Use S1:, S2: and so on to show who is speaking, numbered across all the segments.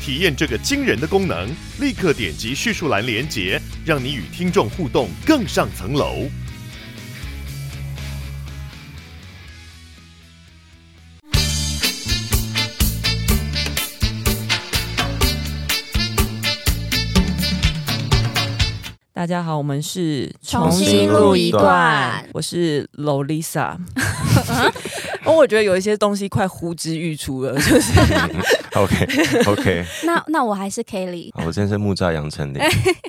S1: 体验这个惊人的功能，立刻点击叙述栏连接，让你与听众互动更上层楼。
S2: 大家好，我们是
S3: 重
S4: 新录一
S3: 段
S2: 我是 Lolisa。哦我觉得有一些东西快呼之欲出了，就是
S4: OK OK，
S3: 那那我还是 Kelly
S4: 好我今天是木栅杨丞琳。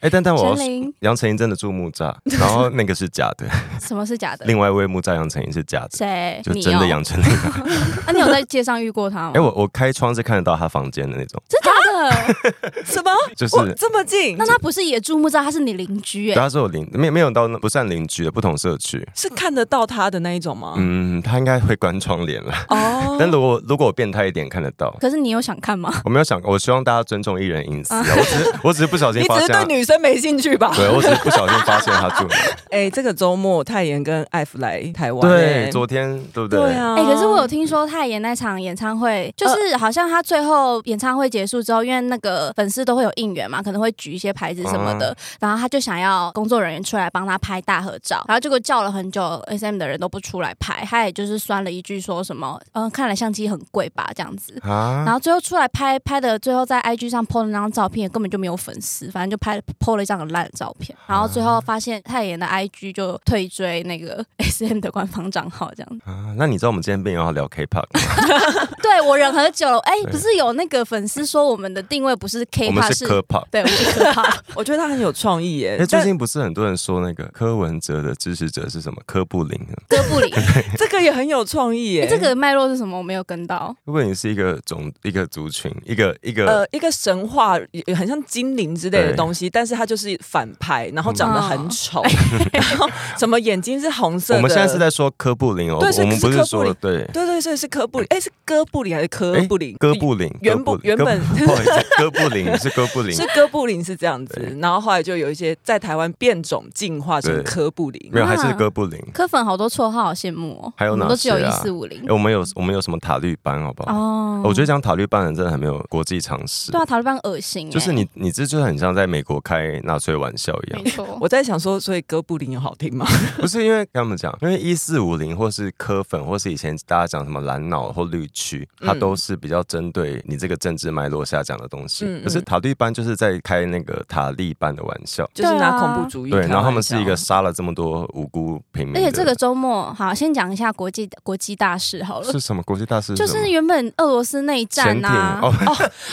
S4: 哎、但但我要
S3: 丞琳
S4: 杨丞琳真的住木栅，然后那个是假的，
S3: 什么是假的？
S4: 另外一位木栅杨丞琳是假的，
S3: 谁？
S4: 就
S3: 你
S4: 真
S3: 哦
S4: 的杨丞琳。哎、
S3: 啊，你有在街上遇过 他吗？
S4: 我我开窗是看得到她房间的那种，
S3: 真假的？
S2: 什么？
S4: 就是
S2: 哇这么近
S3: 那？他不是也住木栅，他是你邻居
S4: 对，啊
S3: 哎。
S4: 她是我邻，没有没有到那不算邻居的不同社区。
S2: 是看得到他的那一种吗？
S4: 嗯，她应该会关窗帘了。
S2: 哦，
S4: 但如果如果我变态一点，看得到。
S3: 可是你有想看吗？
S4: 我没有想过，我希望大家尊重艺人隐私啊。我只是我只是不小心
S2: 你
S4: 发
S2: 只是
S4: 现她
S2: 对，女生没兴趣吧？
S4: 对我只是不小心发现她住哪。
S2: 哎、这个周末泰妍跟艾芙来台湾、
S4: 对，
S2: 哎
S4: 昨天对不对？
S2: 对啊。
S3: 哎、可是我有听说泰妍那场演唱会，就是好像他最后演唱会结束之后，因为那个粉丝都会有应援嘛，可能会举一些牌子什么的，然后他就想要工作人员出来帮他拍大合照，然后结果叫了很久，S M 的人都不出来拍，他也就是酸了一句说什么，嗯、看来相机很贵吧这样子，
S4: 啊
S3: 然后最后出来拍拍的，最后在 IG 上 PO 的那张照片根本就没有粉丝，反正就拍 PO 了一张很烂的照片。然后最后发现泰妍的 IG 就退追那个 SM 的官方账号，这样子。
S4: 啊！那你知道我们今天并没有要聊 K-pop 吗
S3: 对我忍很久了，哎、不是有那个粉丝说我们的定位不是
S4: 我们
S3: K-pop
S4: 是 K-pop。
S3: 对，我们是 K-pop，
S2: 我觉得他很有创意耶、
S4: 哎，最
S2: 但
S4: 近不是很多人说那个柯文哲的支持者是什么柯布林？
S3: 哥布 林。
S2: 这个也很有创意耶、
S3: 哎这个脉络是什么？我没有跟到。
S4: 如果你是一个种一个族群，一个一个
S2: 呃，一个神话也很像精灵之类的
S4: 对
S2: 东西，但是它就是反派，然后长得很丑， 然后什么眼睛是红色的。
S4: 嗯我们现在是在说柯布林哦，
S2: 对是
S4: 我们不
S2: 是
S4: 是
S2: 柯布
S4: 说
S2: 林
S4: 对
S2: 对对对，是哥布林，哎，是哥布林还是科
S4: 哎
S2: 布林？
S4: 哥布林，
S2: 原
S4: 哥布
S2: 原本
S4: 哥不不好意思，哥布林是哥布林
S2: 是，哥布林是这样子
S4: 对，
S2: 然后后来就有一些在台湾变种进化成
S4: 对
S2: 科布林
S4: 没。有还是
S3: 啊
S4: 哥布林？
S3: 柯粉好多绰号，好羡慕哦。
S4: 还有
S3: 我
S4: 哪
S3: 们都只有
S4: 些
S3: 一
S4: 啊
S3: 四五零
S4: 哎。我们有我们有什么塔利班好不好？
S3: 哦
S4: 我觉得讲塔利班人真的很没有国际常识
S3: 对，啊，塔利班恶心、
S2: 嗯
S3: 哎
S4: 就是，你你这就很像在美国开纳粹玩笑一样
S3: 没。错
S2: 我。在想说，所以哥布林有好听吗？
S4: 不是因为跟他们讲，因为一四五零或是科粉，或是以前大家讲什么蓝脑或绿区，它
S2: 嗯
S4: 都是比较针对你这个政治脉络下讲的东西。
S2: 嗯嗯
S4: 可是塔利班就是在开那个塔利班的玩笑，
S2: 就是拿
S3: 对啊
S2: 恐怖主义开
S4: 对，
S2: 玩笑。
S4: 然后他们是一个杀了这么多无辜平民
S3: 而
S4: 的，
S3: 且这个周末，好，先讲一下国际国际大事好了。
S4: 是什么国际大事？
S3: 就
S4: 什么
S3: 是原本俄罗斯内
S4: 潜
S3: 战
S4: 艇
S3: 啊，
S4: 哦，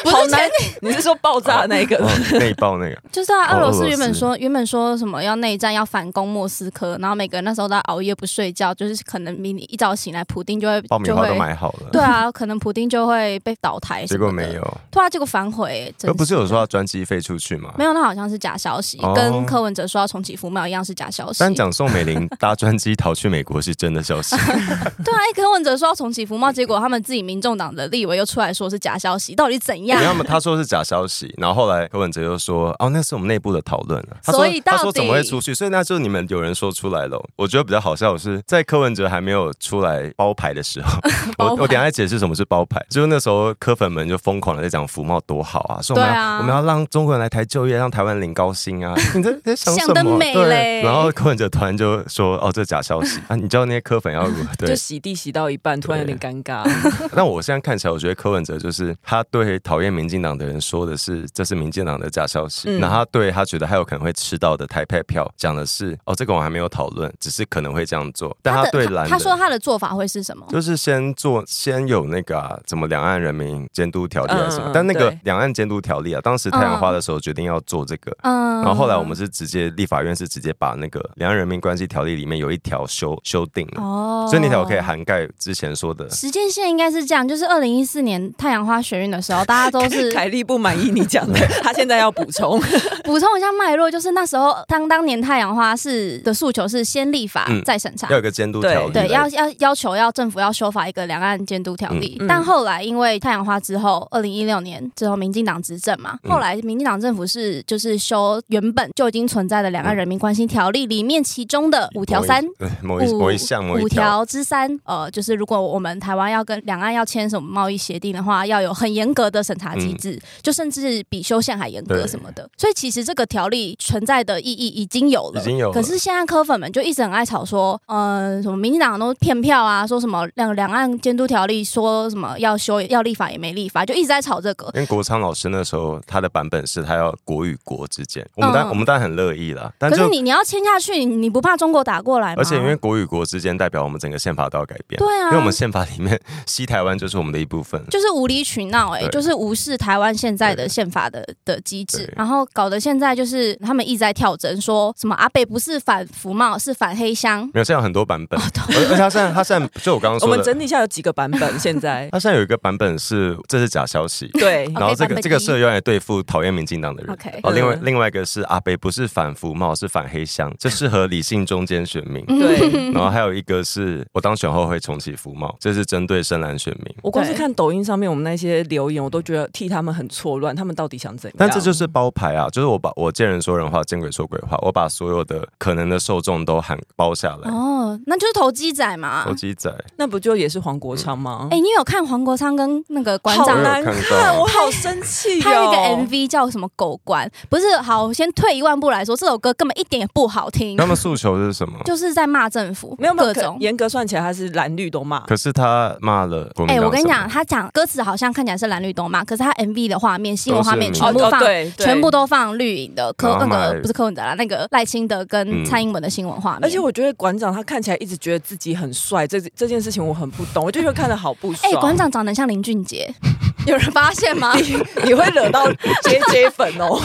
S3: 不
S2: 好
S3: 是
S2: 难。你是说爆炸的那个？
S4: 哦内 爆那个，
S3: 就是啊，
S4: 哦
S3: 俄罗
S4: 俄罗
S3: 斯
S4: 斯
S3: 原本说原本说什么要内战要反攻莫斯科，然后每个人那时候都在熬夜不睡觉，就是可能明一早醒来，普丁就会
S4: 爆米
S3: 就
S4: 花都
S3: 会
S4: 买好了，
S3: 对啊，可能普丁就会被倒台什
S4: 结
S3: 么的，
S4: 果没有。
S3: 对啊，结果反悔，真
S4: 而不是有
S3: 的
S4: 说要专机飞出去吗？
S3: 没有，那好像是假消息，
S4: 哦
S3: 跟柯文哲说要重启福庙一样是假消息。
S4: 但讲宋美龄搭专机逃去美国是真的消息，
S3: 对啊，哎柯文哲说要重启福茂，结果他们自己民众党的立委又出来说是假消息，到底怎样
S4: 然？后他们他说是假消息，然后后来柯文哲又说，哦，那是我们内部的讨论啊。他说
S3: 所以到底
S4: 他说怎么会出去？所以那就是你们有人说出来了。我觉得比较好笑的是，在柯文哲还没有出来包牌的 时候，
S3: 包
S4: 我
S3: 牌
S4: 我等一下解释什么是包牌。就是那时候柯粉们就疯狂的在讲福茂多好啊，说我们要、
S3: 对啊
S4: 我们要让中国人来台就业，让台湾领高薪啊。你在在想什
S3: 想得
S4: 么？
S3: 美嘞
S4: 对。然后柯文哲突然就说，哦，这假消息啊！你知道那些柯粉要如 何对
S2: 就洗地洗到一半，突然有点尴尬。
S4: 那我现在看起来，我觉得柯文哲就是他对讨厌民进党的人说的是这是民进党的假消息，
S2: 嗯
S4: 那他对他觉得还有可能会吃到的台派票讲的是哦，这个我还没有讨论，只是可能会这样做，但他对蓝的
S3: 他说他的做法会是什么？
S4: 就是先做，先有那个啊、怎么两岸人民监督条例还是什
S2: 嗯
S4: 么，
S2: 嗯嗯
S4: 但那个两岸监督条例啊，当时太阳花的时候决定要做这个，
S3: 嗯
S4: 然后后来我们是直接立法院是直接把那个《两岸人民关系条例》里面有一条修修订了，
S3: 哦
S4: 所以那条可以涵盖之前说 的。
S3: 时间线应该是这样，就是二零一四年太阳花学运的时候，大家都 是
S2: 凯莉不满意你讲的，她现在要补充。
S3: 补充一下脉络，就是那时候当当年太阳花是的诉求是先立法
S4: 嗯
S3: 再审查。
S4: 要嗯有个监督条例来，
S3: 啊对，要要要求要政府要修法一个两岸监督条例，
S2: 嗯嗯
S3: 但后来因为太阳花之后，二零一六年之后，民进党执政嘛，
S4: 嗯
S3: 后来民进党政府是就是修原本就已经存在的两岸人民关系条例里面其中的五条三，
S4: 对某一某一项某一
S3: 五条之三，呃，就是如果我们台湾要跟两岸要签什么贸易协定的话，要有很严格的审查机制，就甚至比修宪还严格
S4: 嗯对
S3: 什么的。所以其实这个条例存在的意义已经有了，
S4: 已经有了
S3: 可是现在科粉们就一直很爱吵说，呃，什么民进党都骗票啊，说什么两两岸监督条例说什么要修要立法也没立法，就一直在吵这个。
S4: 因为国昌老师那时候他的版本是他要国与国之间，我们当、
S3: 嗯
S4: 我们当然很乐意啦，但
S3: 可是
S4: 就
S3: 你你要签下去，你你不怕中国打过来吗？
S4: 而且因为国与国之间代表我们整个宪法都要改变，
S3: 对啊
S4: 因为我们宪法里面西台湾就是我们的一部分，
S3: 就是无理取闹、欸，哎，
S4: 对
S3: 就是无视台湾现在的宪法的的机制
S4: 对，
S3: 然后搞得现在就是他们一直在跳针，说什么阿北不是反服贸，是反黑箱。
S4: 没有现在有很多版本， 而而且他现在他现在就我刚刚
S2: 我
S4: 说
S2: 们
S4: 的，
S2: 整理一下有几个版本，现 在
S4: 他现在有一个版本是这是假 消息。
S2: 对
S4: 然后这
S3: 版
S4: 个
S3: 本一
S4: 这个是用来对付讨厌民进党的人。
S3: OK
S4: 哦，另外
S2: 嗯
S4: 另外一个是阿北不是反服贸，是反黑箱，这适合理性中间选民。
S2: 对。
S4: 然后还有一个是我当选后会重启服贸，这是针对深蓝选民。
S2: 我光是
S3: 对
S2: 看抖音上面我们那些留言，我都觉得替他们很错乱，他们到底想怎样？
S4: 但这就是包牌啊，就是我把我见人说人话，见鬼说鬼话，我把所有的可能的受众都喊包下来。
S3: 哦，啊那就是投机仔嘛
S4: 手。机仔，
S2: 那不就也是黄国昌吗？
S3: 哎、你有看黄国昌跟那个馆
S2: 好哦
S3: 长吗？
S2: 难
S4: 我有看
S2: 看，
S4: 到
S2: 我好生气、哦。
S3: 他有一个 MV 叫什么“狗官”，不是好。我先退一万步来说，这首歌根本一点也不好听
S4: 他，们诉求是什么？
S3: 就是在骂政府，
S2: 没有没有
S3: 各
S2: 可
S3: 种。嗯
S2: 严格算起来，他是蓝绿都骂。
S4: 可是他骂了国民
S3: 哎、
S4: 党。
S3: 我跟你讲，，他讲歌词好像看起来是蓝绿都骂，可是他 MV 的画面、新闻画面
S4: 都是
S3: 全部
S2: 哦
S3: 放
S2: 对，对
S3: 全部。都放绿营的柯
S4: 然后
S3: 那个
S4: 买
S3: 不是柯文哲啦，那个赖清德跟
S4: 嗯
S3: 蔡英文的新闻画面。
S2: 而且我觉得馆长他看起来一直觉得自己很帅，这这件事情我很不懂，我就觉 得看得好不
S3: 哎
S2: 爽。，
S3: 馆、长长得像林俊杰， 有人发现吗？
S2: 你会惹 到 JJ 粉哦。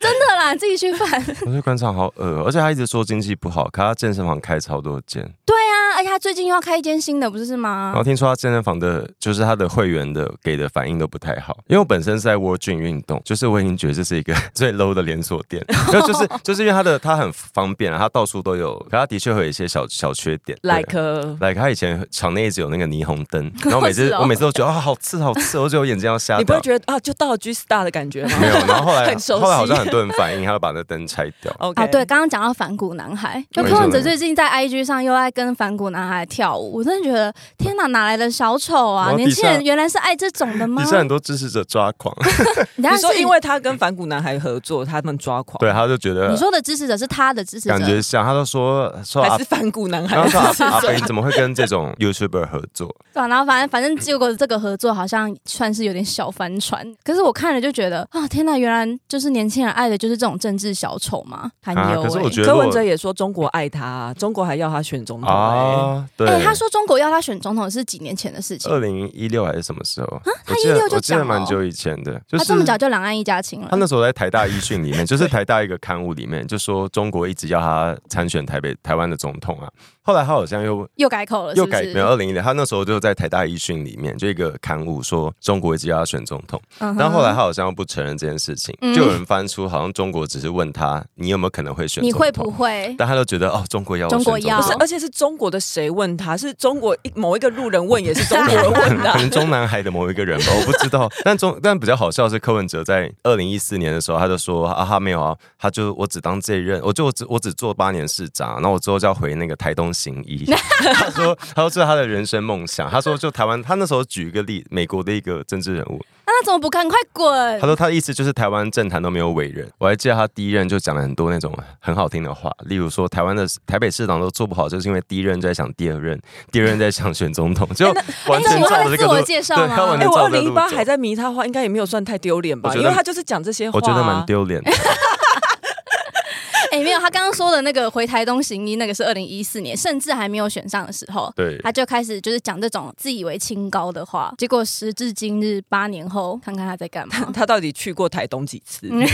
S3: 真的啦，自己去翻。
S4: 我觉得官场好恶，哦而且他一直说经济不好，可他健身房开超多间，
S3: 啊，而且他最近又要开一间新的，不是吗哦
S4: 然后？听说他健身房的，就是他的会员的给的反应都不太好。因为我本身是在 World Gym 运动，就是我已经觉得这是一个 最 low 的连锁店， 然后就是就是因为他的他很方便啊，他到处都有，可他的确会有一些小小缺点。 对
S2: like 呃 a-
S4: like 他以前场内一直有那个霓虹灯，然后 每次、
S3: 是哦
S4: 我每次都觉得啊好刺好刺，我觉得我眼睛要瞎
S2: 你不
S4: 掉
S2: 会。觉得啊，就到了 G Star 的感觉吗？
S4: 没有，然后后来
S2: 很熟悉
S4: 后来好像很多人反应，他就把那灯拆掉。
S2: OK，
S3: 啊，对，刚刚讲到反骨男孩，就
S4: 没
S3: 柯
S4: 错
S3: 文哲最近在 IG 上又爱跟反骨男孩跳舞，我真的觉得天哪，哪来的小丑
S4: 然
S3: 啊？
S4: 后
S3: 年
S4: 底
S3: 轻
S4: 下
S3: 人原来是爱这种的吗
S4: 底？下很多支持者抓狂，
S3: 你等
S2: 你
S3: 下
S2: 说
S3: 是
S2: 因为他跟反骨男孩合作，他们抓狂，
S4: 对，他就觉得
S3: 你说的支持者是他的支持者，
S4: 感觉像，他就说说啊阿
S2: 还是反骨男孩
S4: 然后
S2: 的
S4: 说 阿
S2: 支持
S4: 阿
S2: 者
S4: 北，你怎么会跟这种 YouTuber 合作？
S3: 对啊、然后反正反正结果这个合作好像算是有点小帆船，可是我看了就觉得啊，天呐，原来就是年轻人爱的就是这种政治小丑嘛，韩
S4: 啊
S3: 有、欸
S4: 可是我觉得
S2: 柯
S4: 如果
S2: 文哲也说中国爱他，啊中国还要他选总统、欸。
S4: 啊，
S3: 哎、
S4: 对，呃
S3: 他说中国要他选总统是几年前的事情，
S4: 二零一六还是什么时候？
S3: 啊他
S4: 我记得
S3: 16就
S4: 我记得
S3: 讲了
S4: 蛮久以前的，就
S3: 他
S4: 是
S3: 这么早就两岸一家亲了
S4: 他。那时候在台大一 训里面，就是台大一个刊物里面，就说中国一直要他参选台北台湾的总统啊。后来他好像又
S3: 又改口了，哦是
S4: 又
S3: 不
S4: 改
S3: 是？
S4: 没有二零一六，他那时候就在台大一训里面就一个刊物说中国一直要他选总统，
S3: 嗯哼
S4: 但后来他好像又不承认这件事情，
S3: 嗯
S4: 就有人翻出好像中国只是问他你有没有可能会选
S3: 你
S4: 总统，
S3: 会不会？
S4: 但他就觉得哦，中国要我
S3: 中国
S4: 选总
S3: 要
S4: 统
S2: 不是，而且是中国的谁问他？是中国一某一个路人问，也是中国人 问啊的
S4: 可能中南海的某一个人吧，我不知道。 但中但比较好笑的是柯文哲在二零一四年的时候，他就说啊，他没有啊，他就我只当这一任，我就我只我只做八年市长，然后我之后就要回那个台东行医。他说他说这是他的人生梦想，他说就台湾，他那时候举一个例，美国的一个政治人物，
S3: 那他怎么不看？快滚
S4: 他！说他的意思就是台湾政坛都没有伟人。我还记得他第一任就讲了很多那种很好听的话，例如说台湾的台北市长都做不好，就是因为第一任在想第二任，第二任在想选总统，就完全
S3: 哎哎那你有
S4: 照着这个
S3: 他的自我
S4: 路。
S3: 介绍吗
S4: 对，他完
S2: 哎、
S4: 全
S2: 我
S4: 照
S2: 二
S4: 着
S2: 零一
S4: 路
S2: 八还
S4: 走。
S2: 在迷他话，应该也没有算太丢脸吧？
S4: 我觉
S2: 因
S4: 得
S2: 为他就是讲这些话、。
S4: 我觉得蛮。丢脸的，
S3: 哎、没有，他刚刚说的那个回台东行医，那个是二零一四年，甚至还没有选上的时候，
S4: 对
S3: 他就开始就是讲这种自以为清高的话。结果时至今日，八年后，看看他在干嘛
S2: 他到底去过台东几次？
S3: 嗯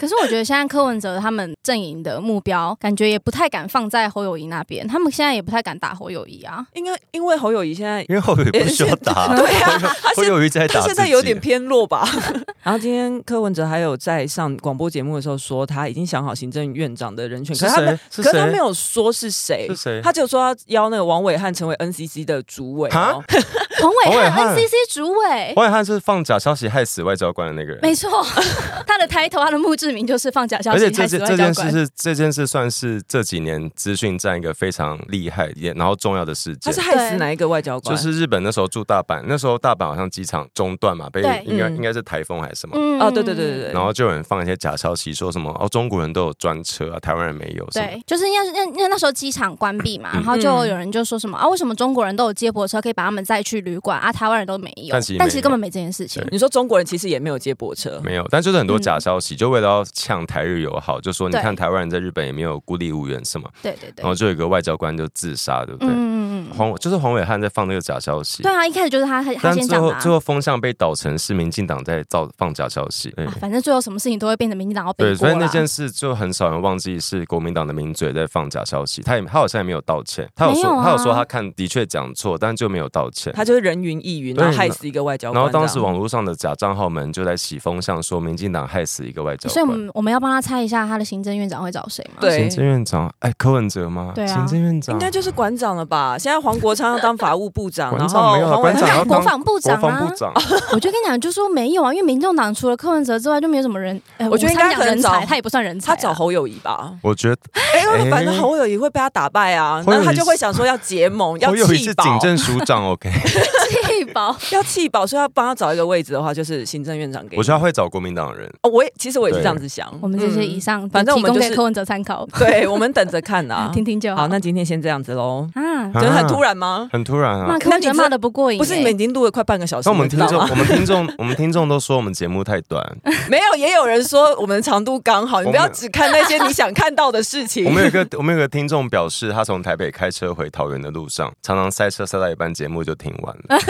S3: 可是我觉得现在柯文哲他们阵营的目标，感觉也不太敢放在侯友谊那边，他们现在也不太敢打侯友谊啊。
S2: 应该因为侯友谊现在
S4: 因为后友不需 要打，
S2: 对啊，他
S4: 后
S2: 现
S4: 友一直在打
S2: 他
S4: 自己，
S2: 现在有点偏弱吧。啊 然后今天柯文哲还有在上广播节目的时候说，他已经想好行政院长的人选，可
S4: 是
S2: 是他没
S4: 谁？
S2: 可
S4: 是
S2: 是他没
S4: 谁？
S2: 有说是谁
S4: 是，谁？
S2: 他只有说要邀那个王伟汉成为 NCC 的主委哦。
S3: 彭
S4: 彭
S3: 伟
S4: 伟
S3: 汉
S4: 汉
S3: NCC 主委，
S4: 王伟汉是放假消息害死外交官的那个人。
S3: 没错， 他的抬头，他的墓志铭就是放假消
S4: 而
S3: 息
S4: 且
S3: 害
S4: 这
S3: 死
S4: 件
S3: 外
S4: 这
S3: 交
S4: 件事
S3: 官。
S4: 是这件事算是这几年资讯站一个非常厉害也然后重要的事
S2: 他
S4: 件
S2: 是。害死哪一个外交官？
S4: 就是日本那时候驻大阪，那时候大阪好像机场中断嘛，被
S3: 对
S4: 应该
S2: 嗯
S4: 应该是台风还是什么，
S3: 嗯
S2: 哦，对对对对对。
S4: 然后就有人放一些假消息，说什么哦中国人都有专车啊，台湾人没有什么。
S3: 对，就是因为那那那时候机场关闭
S4: 嗯
S3: 嘛，然后就有人就说什么啊，为什么中国人都有接驳车可以把他们载去旅馆啊，台湾人都没有？
S4: 但其实
S3: 但其实
S4: 没有
S3: 根本没这件事情。
S2: 你说中国人其实也没有接驳车，
S4: 没有，但就是很多
S3: 嗯
S4: 假消息，就为了要呛台日友好，就说你
S3: 对
S4: 看台湾人在日本也没有孤立无援什么，
S3: 对对对
S4: 然，后就有一个外交官就自杀，哦对不对？
S3: 嗯嗯嗯，
S4: 黄就是黄伟汉在放那个假消息，
S3: 对啊，一开始就是他他
S4: 但
S3: 先
S4: 最
S3: 讲
S4: 后
S3: 的、啊
S4: 最。后风向被导成是民进党在造放假消息，哎对
S3: 啊，反正最后什么事情都会变成民进党要背
S4: 对，
S3: 锅
S4: 所以那
S3: 啦
S4: 件事就很少人忘记是国民党的名嘴在放假消息，他也他好像也没有道歉，他有
S3: 没
S4: 说
S3: 有啊
S4: 他有说他看的确讲错，但就没有道歉。
S2: 他就是人云亦云，
S4: 对
S2: 然后害死一个外交
S4: 然
S2: 官。
S4: 后当时
S2: 这样
S4: 网络上的假账号们就在起风向，说民进党害死一个外交
S3: 所以我
S4: 官。
S3: 们我们要帮他猜一下他的行政院长会找谁吗？
S2: 嗯对
S4: 行政院长，哎，柯文哲吗？
S3: 对啊
S4: 行政院长
S2: 应该就是馆长了吧？现在黄国昌要当法务部 长，然
S4: 馆
S2: 后
S4: 长没有啊
S2: 黄伟
S4: 馆长
S2: 汉
S4: 要
S3: 那
S4: 当
S3: 国防部
S4: 国
S3: 长
S4: 防
S3: 啊
S4: 部，长，
S3: 我就跟你讲，就说没有啊，因为民众党除了柯文哲之外，就没有什么人。哎
S2: 我觉得应该
S3: 差点讲
S2: 可能
S3: 人
S2: 找
S3: 才，他也不算人才啊。
S2: 他找侯友谊吧？
S4: 我觉得
S2: 哎，因为
S4: 哎
S2: 反正侯友谊会被他打败啊，
S4: 侯友
S2: 那
S4: 宜
S2: 他就会想说要结盟， 要
S4: 我有一
S2: 弃
S4: 次
S2: 保
S4: 警，政署长 OK，
S3: 气包，
S2: 要弃保，所以要帮他找一个位置的话，就是行政院长给你。
S4: 我觉得他会找国民党人。
S2: 哦，我也其实我也是这样子想。
S3: 我们这些以
S2: 嗯，
S3: 上，
S2: 反正我
S3: 提
S2: 们就
S3: 供给
S2: 是
S3: 柯文哲参考，
S2: 对我们等着看啊。
S3: 听听就好。
S2: 好，那今天先这样子喽。
S3: 啊，
S2: 真的很突
S4: 然，
S2: 然吗？
S4: 很突然啊
S3: 骂！
S2: 那
S3: 柯文哲
S2: 你这
S3: 骂的不过瘾欸，
S2: 不是，你们已经录了快半个小时，
S4: 那我们
S2: 你
S4: 听
S2: 知道啊吗
S4: 众，我们听众，我们听众都说我们节目太短。
S2: 没有，也有人说我们的长度刚好，你不要
S4: 我们
S2: 只看那些你想看到的事情
S4: 我。们有一个，我们有个听众表示，他从台北开车回桃园的路上，常常塞车塞到一半，节目就听完了。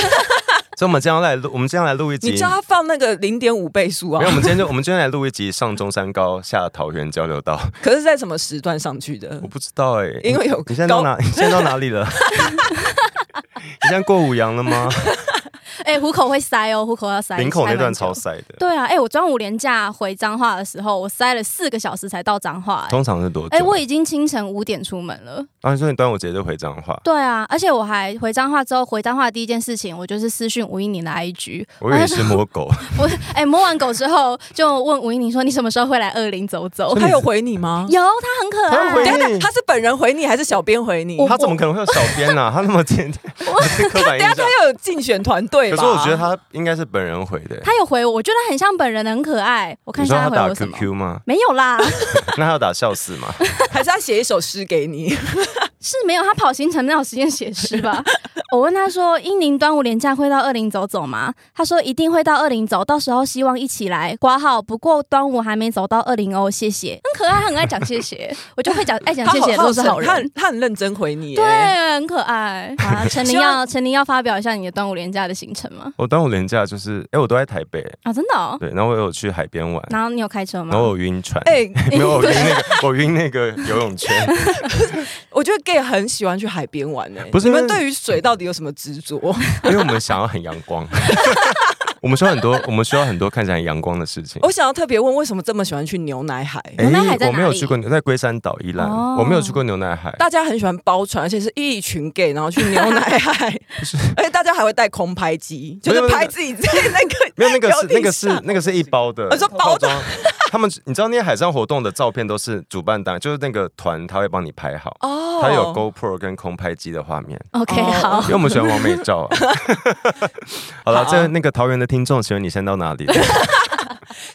S4: 所以我们今天要来录，我们今天要来录一集。
S2: 你叫他放那个零点五倍速
S4: 没有，我
S2: 啊？
S4: 们今天就我们今天来录一集上中山高下桃园交流道。
S2: 可是，在什么时段上去的
S4: 我？不知道哎、
S2: 因为有
S4: 你现在到
S2: 高
S4: 哪？你现在到哪里了？ 你现在过五羊了吗？
S3: 哎，虎口会塞哦，虎口要塞。
S4: 林口那段
S3: 塞
S4: 超
S3: 蛮久。
S4: 塞的，
S3: 对啊，哎，我端午连假回彰化的时候，我塞了四个小时才到彰化。哎
S4: 通常是多久？
S3: 哎，我已经清晨五点出门了。
S4: 啊，所以你端午节就回彰化。
S3: 对啊，而且我还回彰化之后，回彰化第一件事情，我就是私讯吴一宁的 IG。
S4: 我以为是摸狗，
S3: 我哎摸完狗之后，就问吴一宁说：“你什么时候会来二林走走
S2: 他有回你吗？”？
S3: 有，他很可
S4: 他有
S3: 爱
S4: 回。
S2: 等一下
S4: 你
S2: 他是本人回你还是小编回你？
S3: 我
S4: 嗯他怎么可能会有小编呢、他那么天天，是刻
S2: 等
S4: 板印
S2: 一下
S4: 象
S2: 他。要有竞选团队
S4: 可
S2: 吧？
S4: 是我觉得他应该是本人回的、
S3: 他有回我，我觉得很像本人，很可爱。我看
S4: 你
S3: 一
S4: 说
S3: 下他
S4: 他
S3: 回
S4: 打
S3: 我什么。
S4: QQ 吗？
S3: 没有啦，
S4: 那他要打笑死吗？
S2: 还是他写一首诗给 你。
S3: 是没有。他跑行程那有时间写诗 吧？我问他说：“英宁端午连假会到二林走走吗？”他说：“一定会到二林走，到时候希望一起来挂号。不过端午还没走到二林哦，谢谢。”很可爱，他很爱讲谢谢， 我就会讲爱讲谢谢，
S2: 他
S3: 都
S2: 好
S3: 是好
S2: 他很
S3: 人。
S2: 他很认真回你耶。
S3: 对，很可爱。好啊，陈
S2: 希
S3: 琳
S2: 望
S3: 要陈琳要发表一下你的端午连假的行程吗？
S4: 我端午连假就是，哎、我都在台北，
S3: 啊，真的哦。
S4: 对，然后我有去海边玩，
S3: 然后你有开车吗
S4: 然？后我晕船，
S2: 哎、
S4: 没有，我晕那个， 我晕那个游泳圈，
S2: 我觉得 gay 很喜欢去海边玩诶、
S4: 不是
S2: 你
S4: 因
S2: 们
S4: 为
S2: 对于水到底有什么执着？
S4: 因为我们想要很阳光， 我们需要很多，我们需要很多看起来很阳光的事情。
S3: 哦
S2: 我想要特别问，为什么这么喜欢去牛奶海？
S4: 哎
S3: 牛奶海在
S4: 我没有
S3: 哪里
S4: 去过，在龟山岛宜兰，
S3: 哦
S4: 我没有去过牛奶海，
S2: 大家很喜欢包船，而且是一群 gay，然后去牛奶 海， 而且大家还会带空拍机，就
S4: 没有
S2: 是
S4: 没有
S2: 拍自己在那个
S4: 没有那个是
S2: 游艇
S4: 那个是
S2: 上
S4: 那个是一包的，
S3: 哦
S2: 我说包的
S4: 装。他们你知道那些海上活动的照片都是主办单位，就是那个团他会帮你拍好，
S2: 哦，
S4: 他有 GoPro 跟空拍机的画面。
S3: OK，
S2: 哦
S3: 好
S4: 因。为我们喜欢完美 照、啊。好了，
S2: 好
S4: 这那个桃园的听众，请问你现在到哪里了？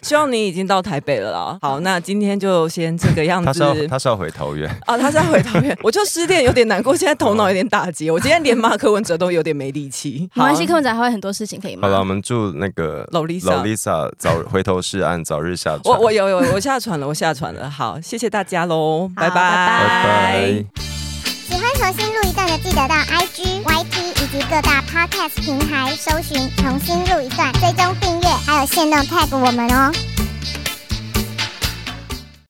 S2: 希望你已经到台北了啦。好，那今天就先这个样
S4: 他是要
S2: 子。
S4: 他是要回桃园，
S2: 啊，他在回桃园，我就失恋有点难过，现在头脑有点打结，我今天连骂柯文哲都有点没力气。
S3: 没
S2: 好
S3: 关系，柯文哲还会很多事情可以
S4: 好了，我
S3: 忙。
S4: 们祝那个
S2: 老 Lisa
S4: 嗯老 Lisa 早回头是岸，早日下船。
S2: 我我有有我下船了，我下船了。好，谢谢大家喽，拜
S3: 拜拜
S4: 拜拜。
S5: 喜欢重新录一段的，记得到 IG、YT 以及各大 Podcast 平台搜寻“重新录一段”，追踪订阅，还有限定 tag 我们哦。